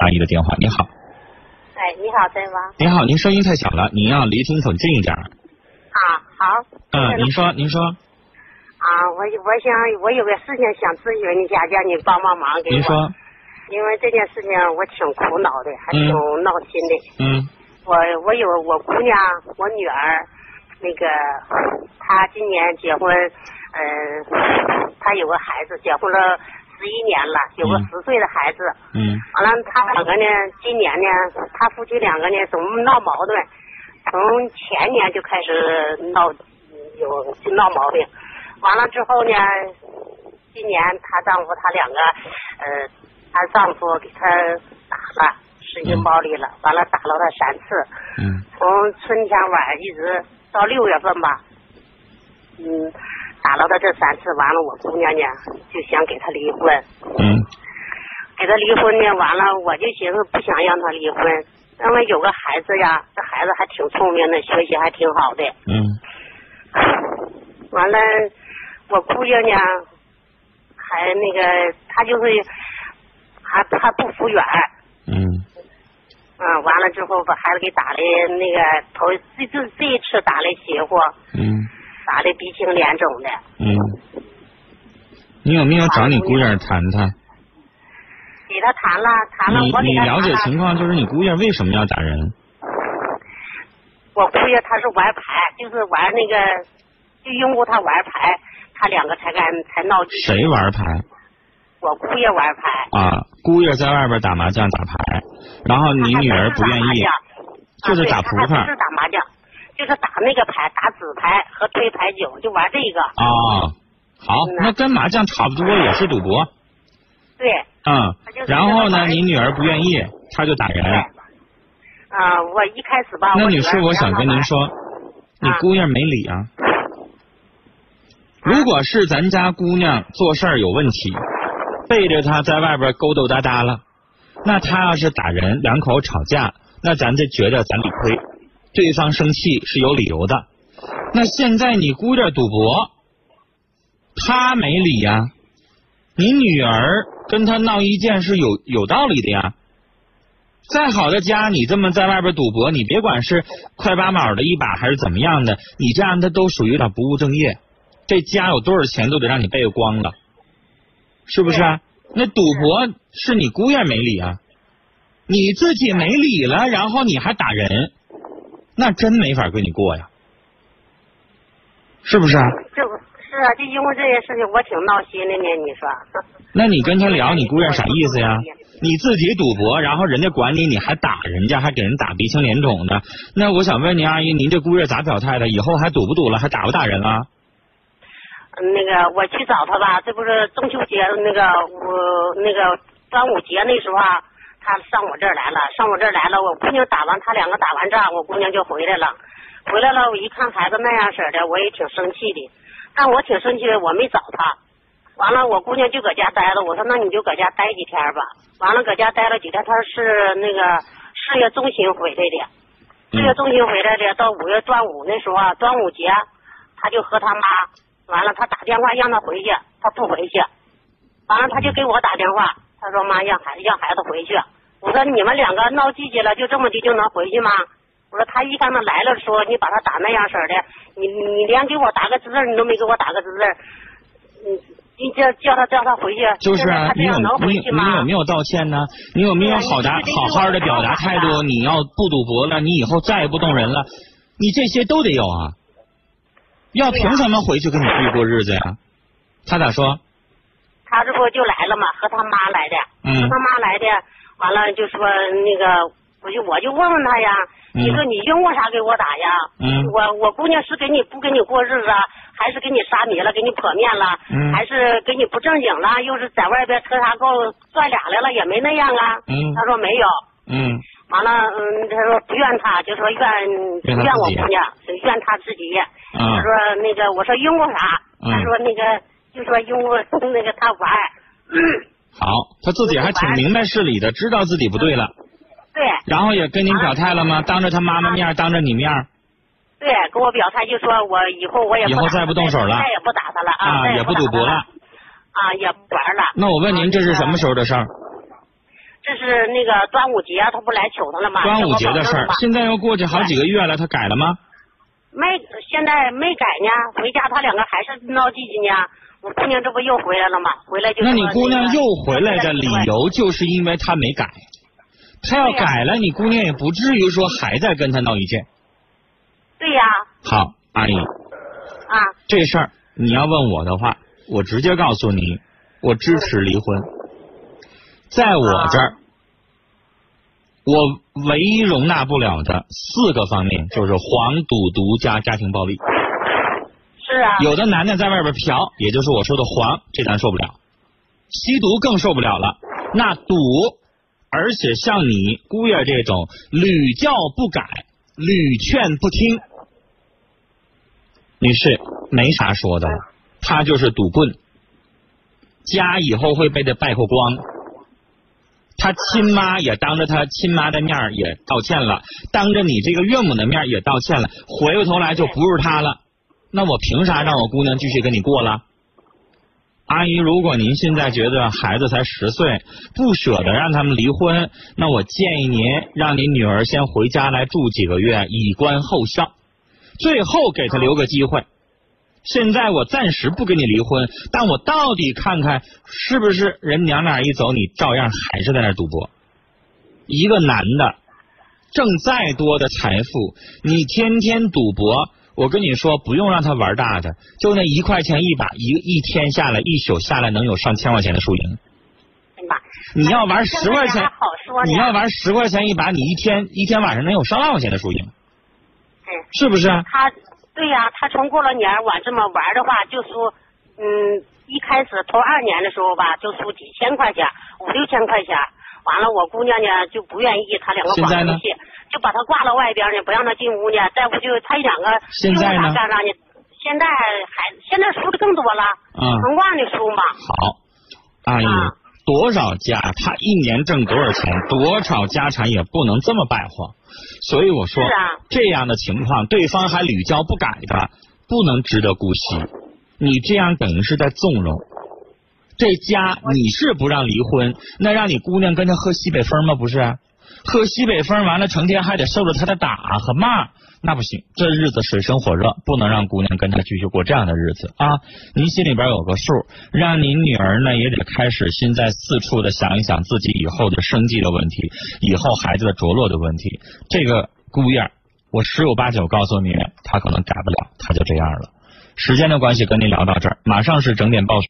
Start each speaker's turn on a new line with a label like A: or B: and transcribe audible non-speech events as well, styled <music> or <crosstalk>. A: 阿姨的电话。你好，
B: 哎，你好，陈王。
A: 你好，您声音太小了，您要离听筒近一点儿。
B: 啊，好。
A: 嗯，您说，您说，
B: 啊，我我想我有个事情想咨询一下，叫你帮帮忙给我。
A: 您说，
B: 因为这件事情我挺苦恼的，还挺闹心的。
A: 嗯
B: 我我有我姑娘，我女儿，那个她今年结婚，呃，她有个孩子，结婚了十一年了，有个
A: 嗯
B: 十岁的孩子。
A: 嗯
B: 完了，他两个呢，今年呢，他夫妻两个呢总闹矛盾，从前年就开始闹，有就闹毛病。完了之后呢，今年她丈夫他两个，呃，她丈夫给她打了，使劲暴力了，完了打了她三次，
A: 嗯
B: 从春天晚一直到六月份吧，嗯，打了她这三次，完了我姑娘呢就想给她离婚。
A: 嗯
B: 给他离婚呢，完了我就寻思不想让他离婚，因为有个孩子呀，这孩子还挺聪明的，学习还挺好的。
A: 嗯
B: 完了，我姑娘呢，还那个她就是还还不服软，
A: 嗯
B: 嗯，完了之后把孩子给打的那个头这这这一次打的邪乎，
A: 嗯
B: 打的鼻青脸肿的。
A: 嗯，你有没有找你姑爷谈谈？
B: 给他谈了谈了，我
A: 你
B: 给
A: 你
B: 他
A: 了解
B: 谈
A: 情况，就是你姑爷为什么要打人？
B: 我姑爷他是玩牌，就是玩那个，就因为他玩牌，他两个才敢才闹剧。
A: 谁玩牌
B: 我姑爷玩牌，
A: 啊？姑爷在外边打麻将打牌，然后你
B: 他
A: 嗯
B: 还
A: 女儿
B: 是
A: 不愿
B: 打麻
A: 意，
B: 将
A: 就是
B: 啊
A: 打
B: 对
A: 扑
B: 他还
A: 克
B: 不是打麻将，就是打那个牌，打纸牌和推牌九，就玩这个。
A: 哦，好，那跟麻将差不多也是赌博，
B: 对，
A: 嗯，然后呢，你女儿不愿意，她就打人。
B: 啊、我一开始吧，
A: 那
B: 我
A: 女
B: 女
A: 士，
B: 儿
A: 我
B: 不让
A: 想
B: 他
A: 跟您
B: 玩，
A: 说，你姑爷没理啊。如果是咱家姑娘做事儿有问题，背着他在外边勾勾搭搭了，那他要是打人，两口吵架，那咱就觉得咱理亏，对方生气是有理由的。那现在你姑爷赌博，他没理呀、你女儿跟他闹意见是有有道理的呀。再好的家，你这么在外边赌博，你别管是快八毛的一把还是怎么样的，你这样的都属于有点不务正业。这家有多少钱都得让你背光了，是不是啊？那赌博是你姑爷没理啊，你自己没理了，然后你还打人，那真没法跟你过呀，是不是啊？
B: 这不是啊，就因为这件事情，我挺闹心的呢。你说，
A: 那你跟他聊，你姑爷啥意思呀？你自己赌博，然后人家管你，你还打人家，还给人打鼻青脸肿的。那我想问您阿姨，您这姑爷咋表态的？以后还赌不赌了？还打不打人了？
B: 嗯那个我去找他吧，这不是中秋节那个我那个端午节那时候啊，他上我这儿来了，上我这儿来了，我姑娘打完他两个打完仗，我姑娘就回来了，回来了，我一看孩子那样式儿的，我也挺生气的，但我挺生气的，我没找他，完了我姑娘就搁家待着，我说那你就搁家待几天吧，完了搁家待了几天，他是那个四月中旬回来的。四月中旬回来的，到五月端午那时候啊，端午节，他就和他妈，完了他打电话让他回去，他不回去，完了他就给我打电话，他说妈让孩让孩子回去，我说你们两个闹季节了，就这么的就能回去吗？我说他一看他来了说你把他打那样式儿的，你你连给我打个字儿你都没给我打个字儿，你你叫叫他叫他回去，
A: 就是啊
B: 他，这
A: 你有
B: 样能
A: 你
B: 回
A: 有你
B: 去
A: 有
B: 吗
A: 没？有道歉呢？你有没有好达
B: 对啊
A: 好好的表达态
B: 你这
A: 度？你要不赌博了，你以后再也不动人了，你这些都得有啊。要
B: 对啊
A: 凭什么回去跟你姑爷过日子呀？他咋说？
B: 他这不就来了嘛，和他妈来的，
A: 嗯
B: 和他妈来的，完了就说那个，我就我就问问他呀，
A: 嗯
B: 你说你用过啥给我打呀？
A: 嗯
B: 我我姑娘是给你不跟你过日子啊，还是给你杀米了，给你泼面了，
A: 嗯
B: 还是给你不正经了，又是在外边磕啥够拽俩来了，也没那样啊。
A: 嗯
B: 他说没有，
A: 嗯
B: 完了，嗯，他说不怨他，就说怨不
A: 怨他
B: 怨我
A: 自己
B: 姑娘，怨他自己。
A: 嗯
B: 他说那个，我说用过啥？
A: 嗯
B: 他说那个，就说用过那个他玩儿。 <clears throat>
A: 好，他自己还挺明白事理的，知道自己不对了，
B: 嗯对
A: 然后也跟您表态了
B: 啊
A: 吗？当着他妈妈面儿，当着你面儿
B: 对，跟我表态就说我以后我也
A: 以后
B: 打他
A: 再不动手了
B: 再也不打他了啊，
A: 啊，
B: 再
A: 也不
B: 打
A: 赌博
B: 他
A: 了。
B: 啊，也不玩了。啊
A: 那我问您，这是什么时候的事儿？
B: 这是那个端午节，他不来求他了吗？
A: 端午节的事
B: 这
A: 儿
B: 不搞定了吗，
A: 现在又过去好几个月了，他改了吗？
B: 没，现在没改呢。回家他两个还是闹叽叽呢。我姑娘这不又回来了吗？回来就
A: 那
B: 说
A: 你姑娘
B: 个
A: 又回来的理由就是因为她没改，她要
B: 对呀
A: 改了，你姑娘也不至于说还在跟他闹意见。
B: 对呀
A: 好，阿姨，
B: 啊
A: 这事儿你要问我的话，我直接告诉你，我支持离婚。在我这儿，我唯一容纳不了的四个方面就是黄赌毒加家庭暴力。
B: 是啊
A: 有的男的在外边嫖，也就是我说的黄，这咱受不了；吸毒更受不了了。那赌，而且像你姑爷这种屡教不改、屡劝不听，女士没啥说的了，他就是赌棍，家以后会被他败后光。他亲妈也当着他亲妈的面儿也道歉了，当着你这个岳母的面儿也道歉了，回过头来就不是他了。那我凭啥让我姑娘继续跟你过了？阿姨，如果您现在觉得孩子才十岁，不舍得让他们离婚，那我建议您让您女儿先回家来住几个月，以观后效，最后给她留个机会。现在我暂时不跟你离婚，但我到底看看是不是人娘俩一走，你照样还是在那儿赌博。一个男的挣再多的财富，你天天赌博，我跟你说，不用让他玩大的，就那一块钱一把，一一天下来，一宿下来能有上千块钱的输赢。
B: 哎呀妈，
A: 你要玩十块钱
B: 还，好说呢。
A: 你要玩十块钱一把，你一天一天晚上能有上万块钱的输赢，是不是？啊
B: 他对呀、他从过了年儿往这么玩儿的话，就输，嗯，一开始头二年的时候吧，就输几千块钱，五六千块钱。完了，我姑娘呢就不愿意，他两个
A: 现
B: 绑
A: 在呢
B: 出去，就把他挂到外边呢，不让他进屋呢。再不就他两个
A: 现在呢
B: 用啥干啥呢？现在还现在输的更多了，
A: 嗯
B: 横挂的输嘛。
A: 好，阿姨
B: 啊，
A: 多少家他一年挣多少钱，多少家产也不能这么败坏。所以我说，
B: 是啊
A: 这样的情况，对方还屡教不改的，不能值得姑息。你这样等于是在纵容。这家你是不让离婚，那让你姑娘跟他喝西北风吗？不是，喝西北风完了，成天还得受着他的打和骂，那不行。这日子水深火热，不能让姑娘跟他继续过这样的日子啊！您心里边有个数，让您女儿呢也得开始现在四处的想一想自己以后的生计的问题，以后孩子的着落的问题。这个姑爷儿，我十有八九告诉你，他可能改不了，他就这样了。时间的关系，跟您聊到这儿，马上是整点报时。